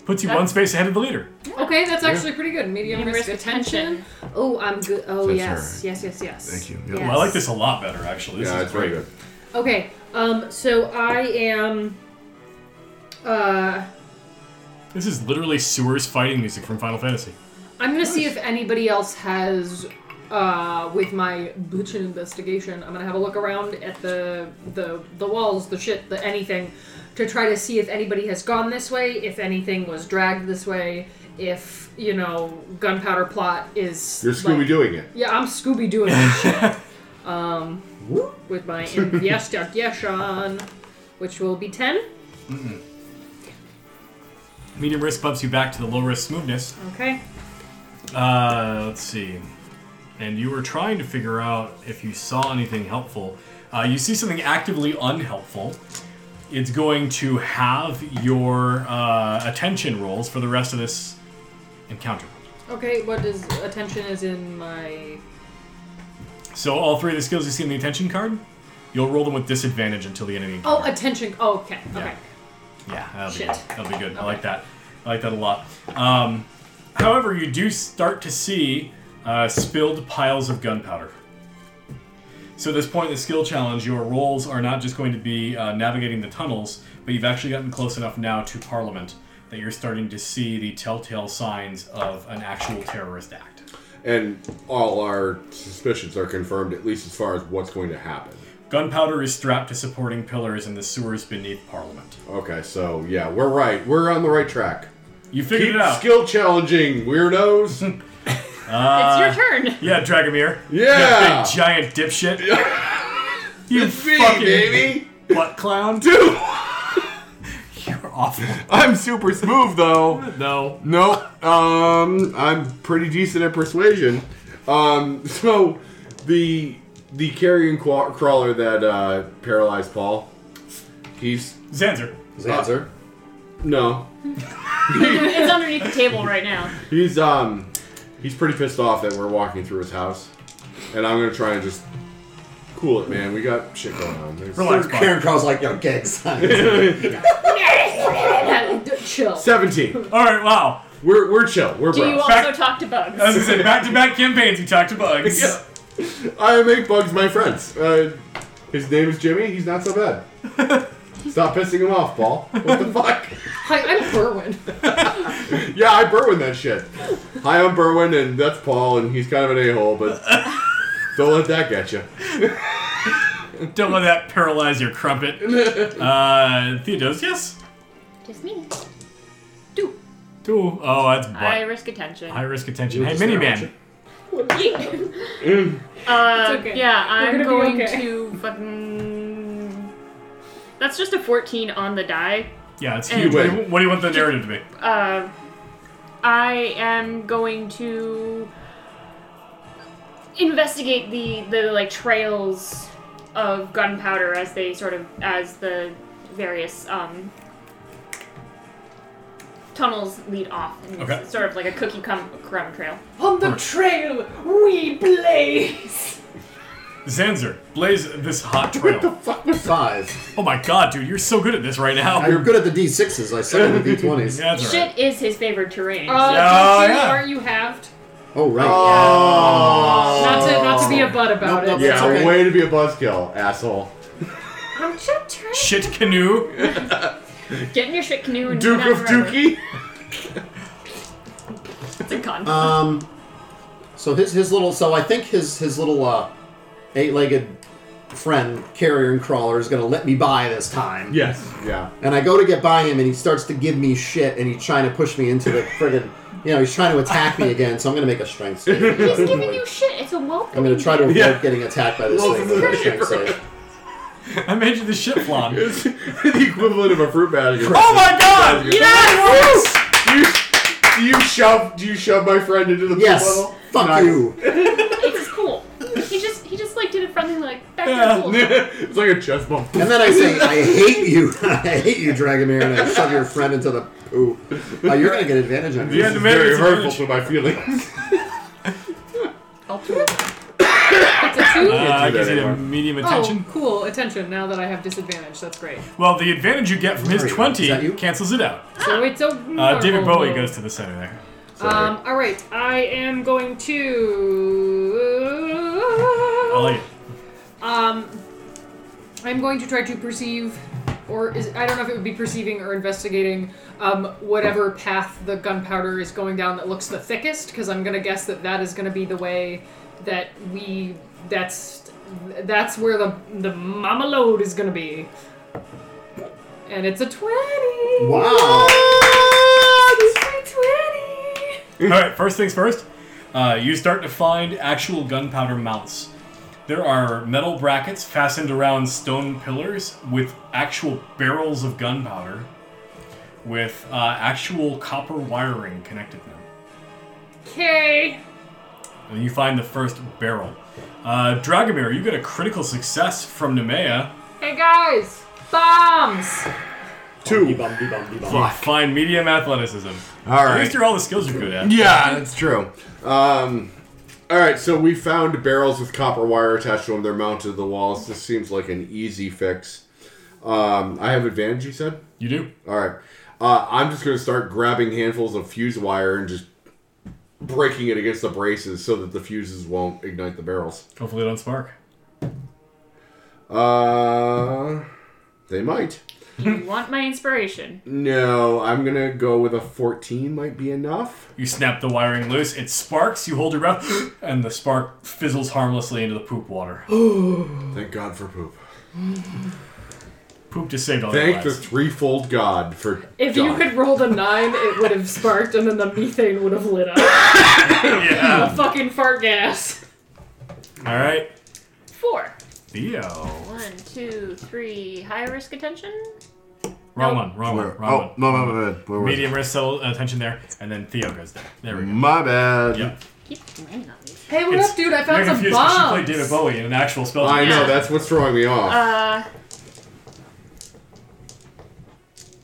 D: Puts you one space ahead of the leader.
A: Okay, that's actually pretty good. Medium,
C: Medium
A: risk,
C: risk
A: attention. Oh, I'm good. Oh,
F: That's
A: yes.
F: alright.
A: Yes, yes, yes.
F: Thank you.
A: Yes.
F: Yeah.
D: Well, I like this a lot better actually. This
E: Yeah,
D: is
E: it's very
D: great.
E: good.
A: Okay. Um. So I am. Uh.
D: This is literally sewers fighting music from Final Fantasy.
A: I'm gonna see if anybody else has, uh, with my butchin investigation. I'm gonna have a look around at the the the walls, the shit, the anything, to try to see if anybody has gone this way, if anything was dragged this way, if you know gunpowder plot is.
E: You're
A: like-
E: Scooby doing it.
A: Yeah, I'm Scooby doing this *laughs* shit. Um, with
F: *laughs*
A: my investigation, which will be ten.
D: Medium risk bumps you back to the low risk smoothness.
A: Okay.
D: Uh, let's see. And you were trying to figure out if you saw anything helpful. Uh, you see something actively unhelpful. It's going to have your uh, attention rolls for the rest of this encounter.
A: Okay. What is attention is in my
D: So all three of the skills you see in the attention card, you'll roll them with disadvantage until the end of the
A: Oh,
D: encounter.
A: attention. Oh, okay. Okay.
D: Yeah, that'll be
A: Shit.
D: good. That'll be good. I like that. I like that a lot. Um, however, you do start to see uh, spilled piles of gunpowder. So at this point in the skill challenge, your roles are not just going to be uh, navigating the tunnels, but you've actually gotten close enough now to Parliament that you're starting to see the telltale signs of an actual terrorist act.
E: And all our suspicions are confirmed, at least as far as what's going to happen.
D: Gunpowder is strapped to supporting pillars in the sewers beneath Parliament.
E: Okay, so yeah, we're right. We're on the right track.
D: You figured
E: Keep
D: it out.
E: skill challenging,
D: *laughs*
E: weirdos.
C: it's your turn.
D: yeah, Dragomir.
E: Yeah.
D: You big giant dipshit. you
E: Me,
D: fucking *laughs*
E: baby.
D: butt clown.
F: Dude,
D: You're awful.
F: I'm super smooth though.
D: No.
F: Nope.
E: Um, I'm pretty decent at persuasion. Um, *laughs* so the the carrion qua- crawler that uh, paralyzed Paul. He's uh,
D: Zanzer.
B: Zanzer.
E: no.
C: it's underneath the table right now.
E: He's um he's pretty pissed off that we're walking through his house, and I'm gonna try and just cool it, man. We got shit going on. There's-
D: Relax, Bob.
B: Karen Crow's like, yo, gang signs.
A: Yeah, d- chill.
E: Seventeen.
D: All right. Wow.
E: We're we're chill. We're
C: Do you
E: bros.
C: also
D: Back-
C: talk to bugs?
D: As I said, back-to-back campaigns. We talked to bugs.
E: *laughs* Yeah. I make bugs my friends. Uh, his name is Jimmy. He's not so bad. Stop pissing him off, Paul. What the *laughs* fuck?
A: Hi, I'm Berwin.
E: Yeah, I Berwin that shit. Hi, I'm Berwin, and that's Paul, and he's kind of an a-hole, but don't let that get you.
D: Don't let that paralyze your
E: *laughs*
D: crumpet. Uh, Theodos, yes.
C: Just me. Do.
D: Two. Oh, that's butt.
C: I risk attention.
D: High risk attention. Hey,
B: just there, aren't
D: miniman.
B: you?
C: Uh,
A: It's okay.
C: Yeah, I'm
A: We're gonna be
C: going
A: okay.
C: to fucking. That's just a 14 on the die.
D: Yeah, it's
C: And-
D: huge. What do, you,
E: Wait.
D: what do you want the narrative to be?
C: Uh, I am going to investigate the the like trails of gunpowder as they sort of as the various um tunnels lead off. And
D: Okay.
C: It's sort of like a cookie cum- crumb trail.
A: On the trail, we blaze.
D: Zanzer, blaze this hot trail.
B: Fuck with five.
D: oh my god, dude, you're so good at this right now.
B: You're good at the D6s. I suck at the D20s.
D: *laughs* Yeah, that's right.
C: Shit is his favorite terrain.
A: Uh,
D: Yeah,
A: don't you,
D: yeah.
A: Aren't you halved?
B: Oh, right.
E: Uh,
A: Not to not to be
D: Oh.
A: a butt about
B: Nope,
A: it.
B: nope.
E: Oh. Yeah,
B: okay.
E: way to be a buzzkill, asshole.
A: I'm just trying.
D: Shit canoe.
C: Get in your shit canoe and
E: Duke
C: do
E: of
C: that forever.
E: Dookie.
C: It's a con.
B: Um, so his his little so I think his his little uh, eight-legged friend carrier and crawler is gonna let me by this time.
E: Yes. Yeah.
B: And I go to get by him, and he starts to give me shit, and he's trying to push me into the friggin' you know he's trying to attack me again. So I'm gonna make a strength save.
C: He's giving you shit. It's a welcome.
B: I'm gonna try to avoid
E: Yeah.
B: getting attacked by this
E: Well,
B: thing.
E: this is
B: with a
E: the
B: strength
E: neighborhood. *laughs*
B: save.
D: I made you the shit flop. oh
E: It's *laughs* the equivalent of a fruit basket.
D: my god!
E: Yes! You, you shoved you shoved my friend into the
B: Yes.
E: puddle. *laughs*
B: Fuck
E: Nice.
B: you.
C: It's just cool. He just he just like did it friendly like back
D: Yeah.
C: to cool.
E: it's like a chest bump.
B: And then I
E: *laughs*
B: say, I hate you. *laughs* I hate you, Dragomir, and I shove your friend into the poo. Uh, you're gonna get advantage on this.
D: Yeah,
E: This is
D: maybe
E: very
D: it's a
E: hurtful
D: village.
E: to my feelings.
A: It's a two.
D: Uh, I
E: do
D: guess
E: that
D: you
E: anymore.
D: have medium attention.
A: oh, cool. Attention. Now that I have disadvantage, that's great.
D: Well, the advantage you get from his
B: Is that
D: 20
B: you?
D: cancels it out.
A: So it's a.
D: Uh, David
A: marble.
D: Bowie goes to the center there.
A: Um. All right. I am going
D: I
A: to.
D: like it.
A: Um. I'm going to try to perceive, or is I don't know if it would be perceiving or investigating, um, whatever path the gunpowder is going down that looks the thickest, because I'm gonna guess that that is gonna be the way that we. That's that's where the the mama load is gonna be. And it's a twenty.
B: Wow.
A: It's my twenty.
D: All right, first things first. Uh, you start to find actual gunpowder mounts. There are metal brackets fastened around stone pillars with actual barrels of gunpowder, with uh, actual copper wiring connected to them.
A: Okay.
D: And you find the first barrel. Uh, Dragomir, you get a critical success from Nemea.
A: Hey guys, bombs.
E: Two.
B: Bumdy, bumdy, bumdy.
D: You Oh, find medium athleticism.
F: All
D: At
F: right.
D: least you're all the skills you're good at.
F: Yeah, that's true.
E: Um, all right, so we found barrels with copper wire attached to them. They're mounted to the walls. This seems like an easy fix. Um, I have advantage, you said?
D: You do.
E: All right. Uh, I'm just going to start grabbing handfuls of fuse wire and just breaking it against the braces so that the fuses won't ignite the barrels.
D: Hopefully, it don't spark.
E: Uh, they might.
C: *laughs* You want my inspiration?
E: No, I'm going to go with a 14 might be enough.
D: You snap the wiring loose. It sparks. You hold your breath, *gasps* and the spark fizzles harmlessly into the poop water. *gasps*
E: Thank God for poop.
D: poop just saved all your
E: Thank the
D: lives.
E: threefold God for
A: If you
E: God.
A: had rolled a nine, it would have sparked, and then the methane would have lit up.
D: *laughs* yeah.
A: Fucking fart gas.
D: All right,
C: Four.
D: Theo.
C: One, two, three. High risk attention.
D: Wrong one. Wrong one.
F: Where-
D: Wrong
F: Oh,
D: one.
F: no, no, no, no. Where was
D: Medium wrist cell attention there, and then Theo goes there. There
F: it?
D: we go.
F: My bad.
D: Yeah.
C: Keep landing on these.
A: Hey, what
D: It's-
A: up, dude? I
D: You're
A: found some
D: confused 'cause she played David
A: bombs.
D: Bowie in an actual spell.
E: Oh, I know,
C: Yeah.
E: that's what's throwing me off.
C: Uh.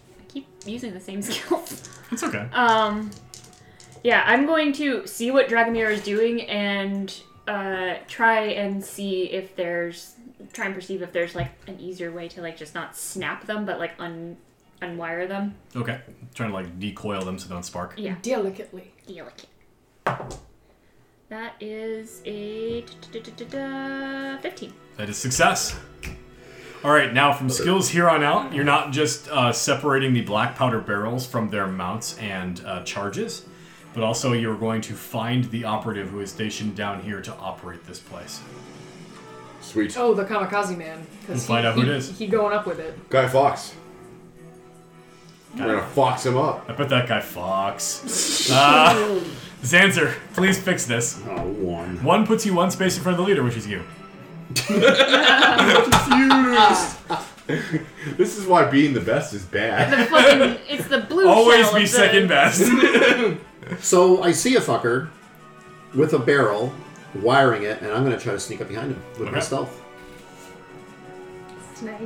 C: I keep using the same *laughs* skills.
D: It's okay.
C: Um, yeah, I'm going to see what Dragomir is doing and uh, try and see if there's try and perceive if there's like an easier way to like just not snap them, but like un unwire them.
D: Okay. trying to like decoil them so they don't spark.
C: Yeah.
A: Delicately.
C: Delicate. That is a da-da-da-da-da, fifteen.
D: That is success. All right, now from skills here on out, you're not just uh, separating the black powder barrels from their mounts and uh, charges, but also you're going to find the operative who is stationed down here to operate this place.
E: Sweet.
A: Oh, the kamikaze man. 'cause
D: We'll
A: he-
D: find out who it
A: he-
D: is.
A: He going up with it.
E: Guy Fox. We're going to fox him up.
D: I bet that guy Fox. Uh, Zanzer, please fix this.
B: Oh, one.
D: One puts you one space in front of the leader, which is you.
E: This is why being the best is bad.
A: *laughs*
C: Fucking, it's the blue.
D: Always
C: shell
D: be
C: of the-
D: second best.
B: So I see a fucker with a barrel, wiring it, and I'm going to try to sneak up behind him with my
D: Okay.
B: stealth.
A: Snake.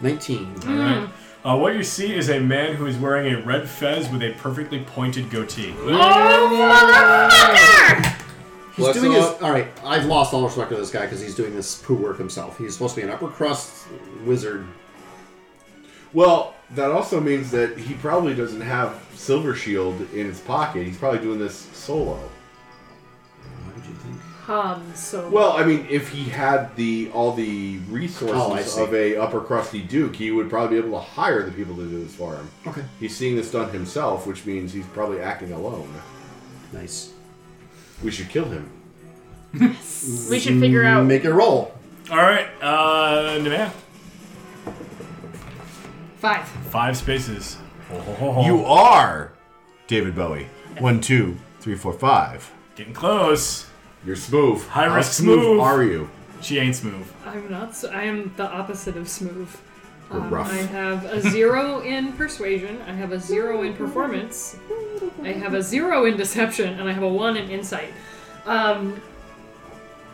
B: 19.
D: All right. Uh, what you see is a man who is wearing a red fez with a perfectly pointed goatee.
B: He's
E: Bless
B: doing
E: him
B: his.
E: up.
B: All right, I've lost all respect to this guy because he's doing this poo work himself. He's supposed to be an upper crust wizard.
E: Well, that also means that he probably doesn't have Silver Shield in his pocket. He's probably doing this solo.
B: Why did you think?
A: Um, so.
E: Well, I mean, if he had the all the
B: Oh, I
E: resources
B: see.
E: of a upper crusty duke, he would probably be able to hire the people to do this for him.
B: Okay.
E: He's seeing this done himself, which means he's probably acting alone.
B: Nice.
E: We should kill him.
C: We should figure out.
B: Make it roll.
D: All right, uh, Nemea.
A: Five.
D: Five spaces. Oh, Ho, ho, ho, ho.
F: You are David Bowie. One, two, three, four, five.
D: getting close.
E: You're smooth.
D: High
E: How
D: risk
E: smooth
D: smooth.
E: are you?
D: She ain't smooth.
A: I'm not. s- I am the opposite of smooth.
E: You're
A: Um,
E: rough.
A: I have a zero in persuasion. I have a zero in performance. I have a zero in deception, and I have a one in insight. Um,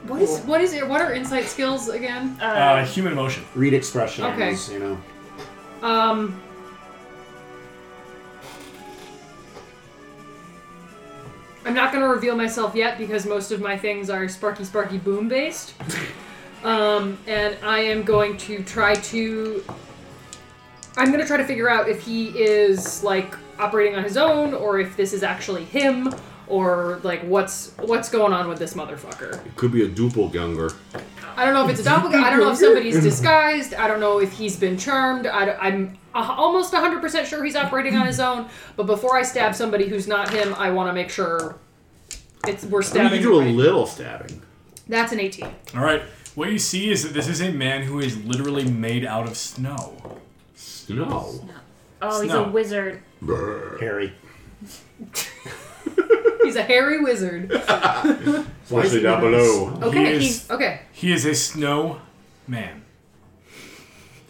A: what is what is it? What are insight skills again?
C: Uh,
D: Uh, human motion.
B: Read expression.
A: Okay.
B: You know.
A: Um. I'm not going to reveal myself yet because most of my things are Sparky Sparky Boom based. Um, and I am going to try to. I'm going to try to figure out if he is, like, operating on his own or if this is actually him or, like, what's what's going on with this motherfucker.
E: It could be a doppelganger.
A: I don't know if it's a doppelganger. I don't know if somebody's disguised. I don't know if he's been charmed. I, am almost 100% sure he's operating on his own. But before I stab somebody who's not him, I want to make sure it's we're
E: I mean, you
A: stabbing.
E: can do a
A: right.
E: little stabbing.
A: That's an 18.
D: All right. What you see is that this is a man who is literally made out of snow.
E: No.
C: oh, he's
D: Snow.
C: a wizard.
B: Harry.
A: He's a hairy wizard.
E: Especially down below.
A: Okay,
D: is-
A: he's okay.
D: He is a snow man.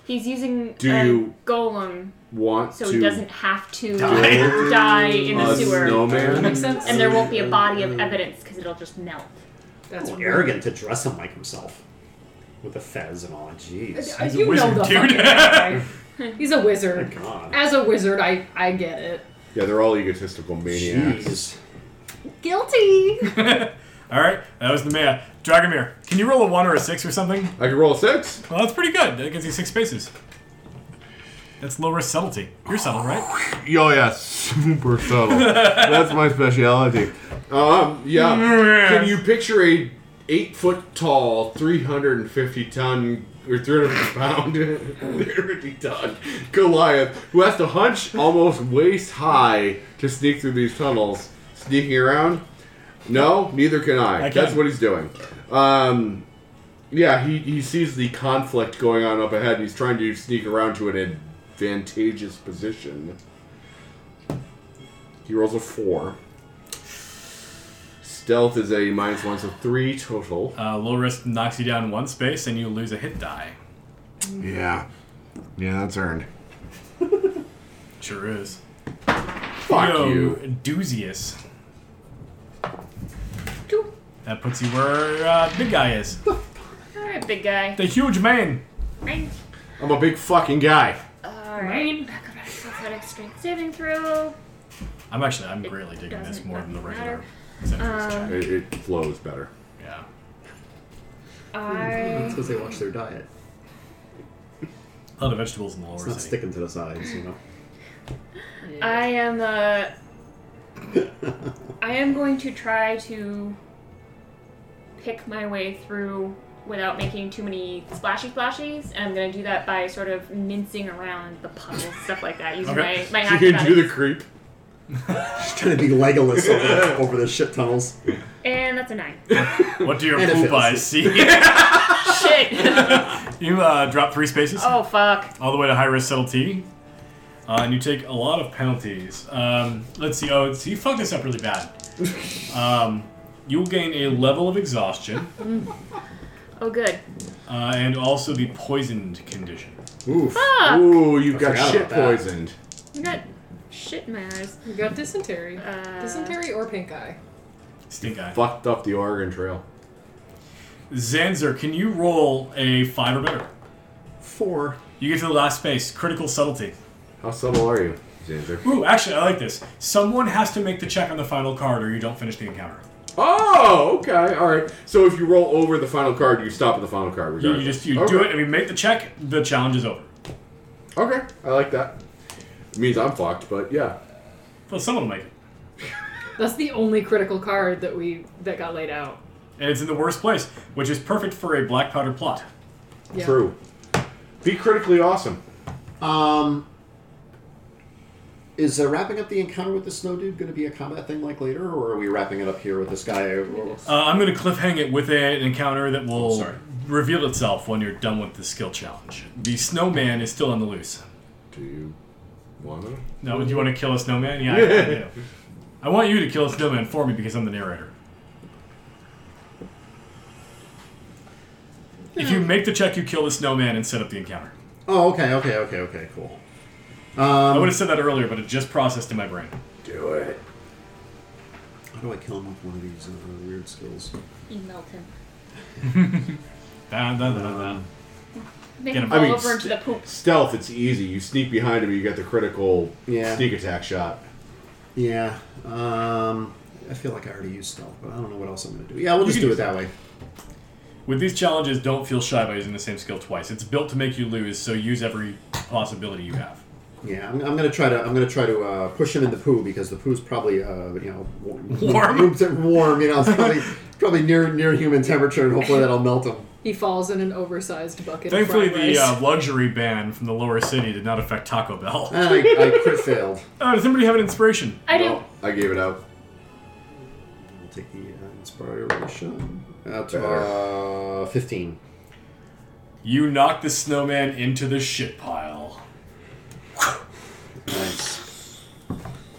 C: He's using
E: Do
C: a
E: you-
C: golem
E: Want
C: so
E: to
C: he doesn't have to
E: Die. Uh,
C: die, in the
E: a
C: sewer.
E: snowman?
A: Makes sense.
C: And there won't be a body of evidence because it'll just melt.
A: That's
B: Well,
A: weird.
B: arrogant to dress him like himself. With a fez and all. Jeez.
A: Uh,
D: He's a
A: you know
D: wizard,
A: the
D: dude.
A: fucking guy. He's a
B: My
A: wizard.
B: God.
A: As a wizard, I I get it.
E: Yeah, they're all egotistical maniacs.
B: Jeez.
A: Guilty.
D: All right, that was the Maya. Dragomir, can you roll a one or a six or something?
E: I can roll a six.
D: Well, that's pretty good. That gives you six spaces. That's low risk subtlety. You're subtle, right?
E: *laughs* Oh,
F: Yo, yeah, super subtle. That's my specialty.
E: Um, yeah. Can you picture a eight foot tall, three hundred and fifty ton or three hundred pound, three hundred ton Goliath who has to hunch almost waist high to sneak through these tunnels, sneaking around? No, neither can I.
D: I
E: That's
D: can.
E: what he's doing. Um, yeah, he, he sees the conflict going on up ahead, and he's trying to sneak around to an advantageous position. He rolls a four. Stealth is a minus one, so three total.
D: Uh, low risk knocks you down one space and you lose a hit die.
F: Yeah. Yeah, that's earned.
D: Sure is.
E: Fuck
D: Yo,
E: you.
D: Doozius. That puts you where uh, big guy is.
C: Alright, big guy.
D: The huge man.
C: Right.
E: I'm a big fucking guy.
C: Alright. Athletic strength saving throw.
D: I'm actually I'm really digging this
C: doesn't
D: more than the
C: fucking
D: regular.
C: matter. Um,
D: Centuries check.
E: It, it flows better.
D: Yeah.
C: I. Mm-hmm.
B: That's because they watch their diet.
D: A lot of vegetables in the lower
B: It's not
D: city.
B: sticking to the sides,
E: *laughs*
B: you know.
C: I am uh
E: *laughs*
C: I am going to try to pick my way through without making too many splashy splashies, and I'm gonna do that by sort of mincing around the puddles, stuff like that, using
D: Okay.
E: *laughs*
C: my, my
E: You
C: acrobatics.
E: can do the creep.
B: Just trying to be Legolas
E: *laughs*
B: over, over the shit tunnels.
C: And that's a nine.
D: What do your
B: And *laughs* it
D: poop
B: fails.
D: eyes see?
B: *laughs*
C: Shit!
D: you uh, drop three spaces
C: *laughs* oh fuck.
D: all the way to high risk subtlety, uh, and you take a lot of penalties. Um, let's see. Oh, see, you fucked this up
B: *laughs*
D: really bad. Um, you'll gain a level of exhaustion
C: Oh good.
D: uh, and also the poisoned condition.
E: Oof.
C: Fuck.
E: Ooh, you
B: I
E: got
B: forgot
E: shit
B: about that.
E: poisoned.
C: Ah, You got shit in my eyes.
A: You *laughs* got dysentery.
C: Uh,
A: dysentery or pink eye.
D: Stink eye.
E: Fucked up the Oregon Trail.
D: Zanzer, can you roll a five or better?
B: Four.
D: You get to the last space. Critical subtlety.
E: How subtle are you, Xander?
D: Ooh, actually, I like this. Someone has to make the check on the final card, or you don't finish the encounter.
E: Oh, okay, all right. So if you roll over the final card, you stop at the final card.
D: You,
E: Regardless.
D: you just you
E: okay.
D: do it. I mean, make the check. The challenge is over.
E: Okay, I like that. It means I'm fucked, but yeah.
D: Well, someone will make it.
A: That's the only critical card that we that got laid out.
D: and it's in the worst place, which is perfect for a black powder plot.
A: Yeah.
E: True. Be critically awesome.
B: Um, is uh, wrapping up the encounter with the snow dude going to be a combat thing like later, or are we wrapping it up here with this guy? Or-
D: Uh, I'm going to cliffhang it with a, an encounter that will
B: Sorry.
D: reveal itself when you're done with the skill challenge. The snowman is still on the loose.
E: Do you wanna?
D: Now, would you want to kill a snowman? Yeah, I, I do. I want you to kill a snowman for me because I'm the narrator. If you make the check, you kill the snowman and set up the encounter.
B: Oh, okay, okay, okay, okay, cool.
D: I
B: Um,
D: would have said that earlier, but it just processed in my brain.
E: Do it.
B: how do I kill him with one of these uh, weird skills?
C: You melt him.
D: Da, da, da, da, da.
C: Make
D: Get him.
C: him fall
E: I mean,
C: over into the
E: st-
C: poop.
E: stealth. It's easy. You sneak behind him, you get the critical
B: Yeah.
E: sneak attack shot.
B: Yeah. Um, I feel like I already used stealth, but I don't know what else I'm going to do. Yeah, we'll
D: You
B: just
D: can
B: do it
D: use
B: that way.
D: With these challenges, don't feel shy by using the same skill twice. It's built to make you lose, so use every possibility you have.
B: Yeah, I'm, I'm gonna try to I'm gonna try to uh, push him in the poo because the poo's probably uh, you know
D: Warm.
B: warm, warm. You know, it's
D: *laughs*
B: probably probably near near human temperature, and hopefully that'll melt him.
A: He falls in an oversized bucket.
D: Thankfully,
A: of fried
D: the
A: rice.
D: uh, luxury ban from the lower city did not affect Taco Bell. *laughs*
B: And I, I crit failed.
D: Oh, does anybody have an inspiration?
C: I do.
E: Well, I gave it up.
B: I'll take the uh, inspiration. Uh, to, uh, Fifteen.
D: You knock the snowman into the shit pile.
B: Nice.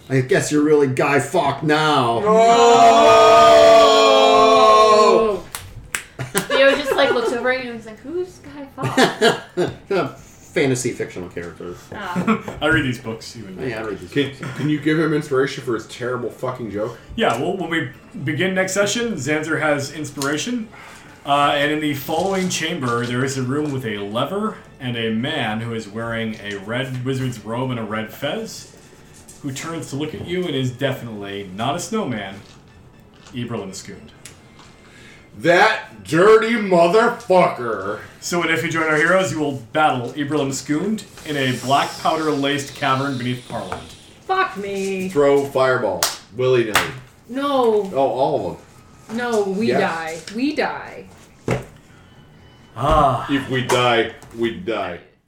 B: I guess you're really Guy Fawkes now.
C: Oh. Theo just like looks over at you and is like, "Who's
E: *laughs*
C: Guy Fawkes?"
B: A fantasy fictional character.
C: Ah.
D: *laughs* I read these books. You and
B: Yeah, I read these
E: Can,
B: books.
E: can you give him inspiration for his terrible fucking joke?
D: yeah, well, when we begin next session, Zanzer has inspiration. Uh, and in the following chamber, there is a room with a lever and a man who is wearing a red wizard's robe and a red fez, who turns to look at you and is definitely not a snowman, Eberlin Skoond.
E: That dirty motherfucker.
D: So, and if you join our heroes, you will battle Ibrahim Skoond in a black powder laced cavern beneath Parliament.
A: Fuck me.
E: Throw fireball. Willy nilly.
A: No,
E: Oh, all of them.
A: no, we
E: Yes.
A: die. We die.
D: Ah.
E: If we die, we die.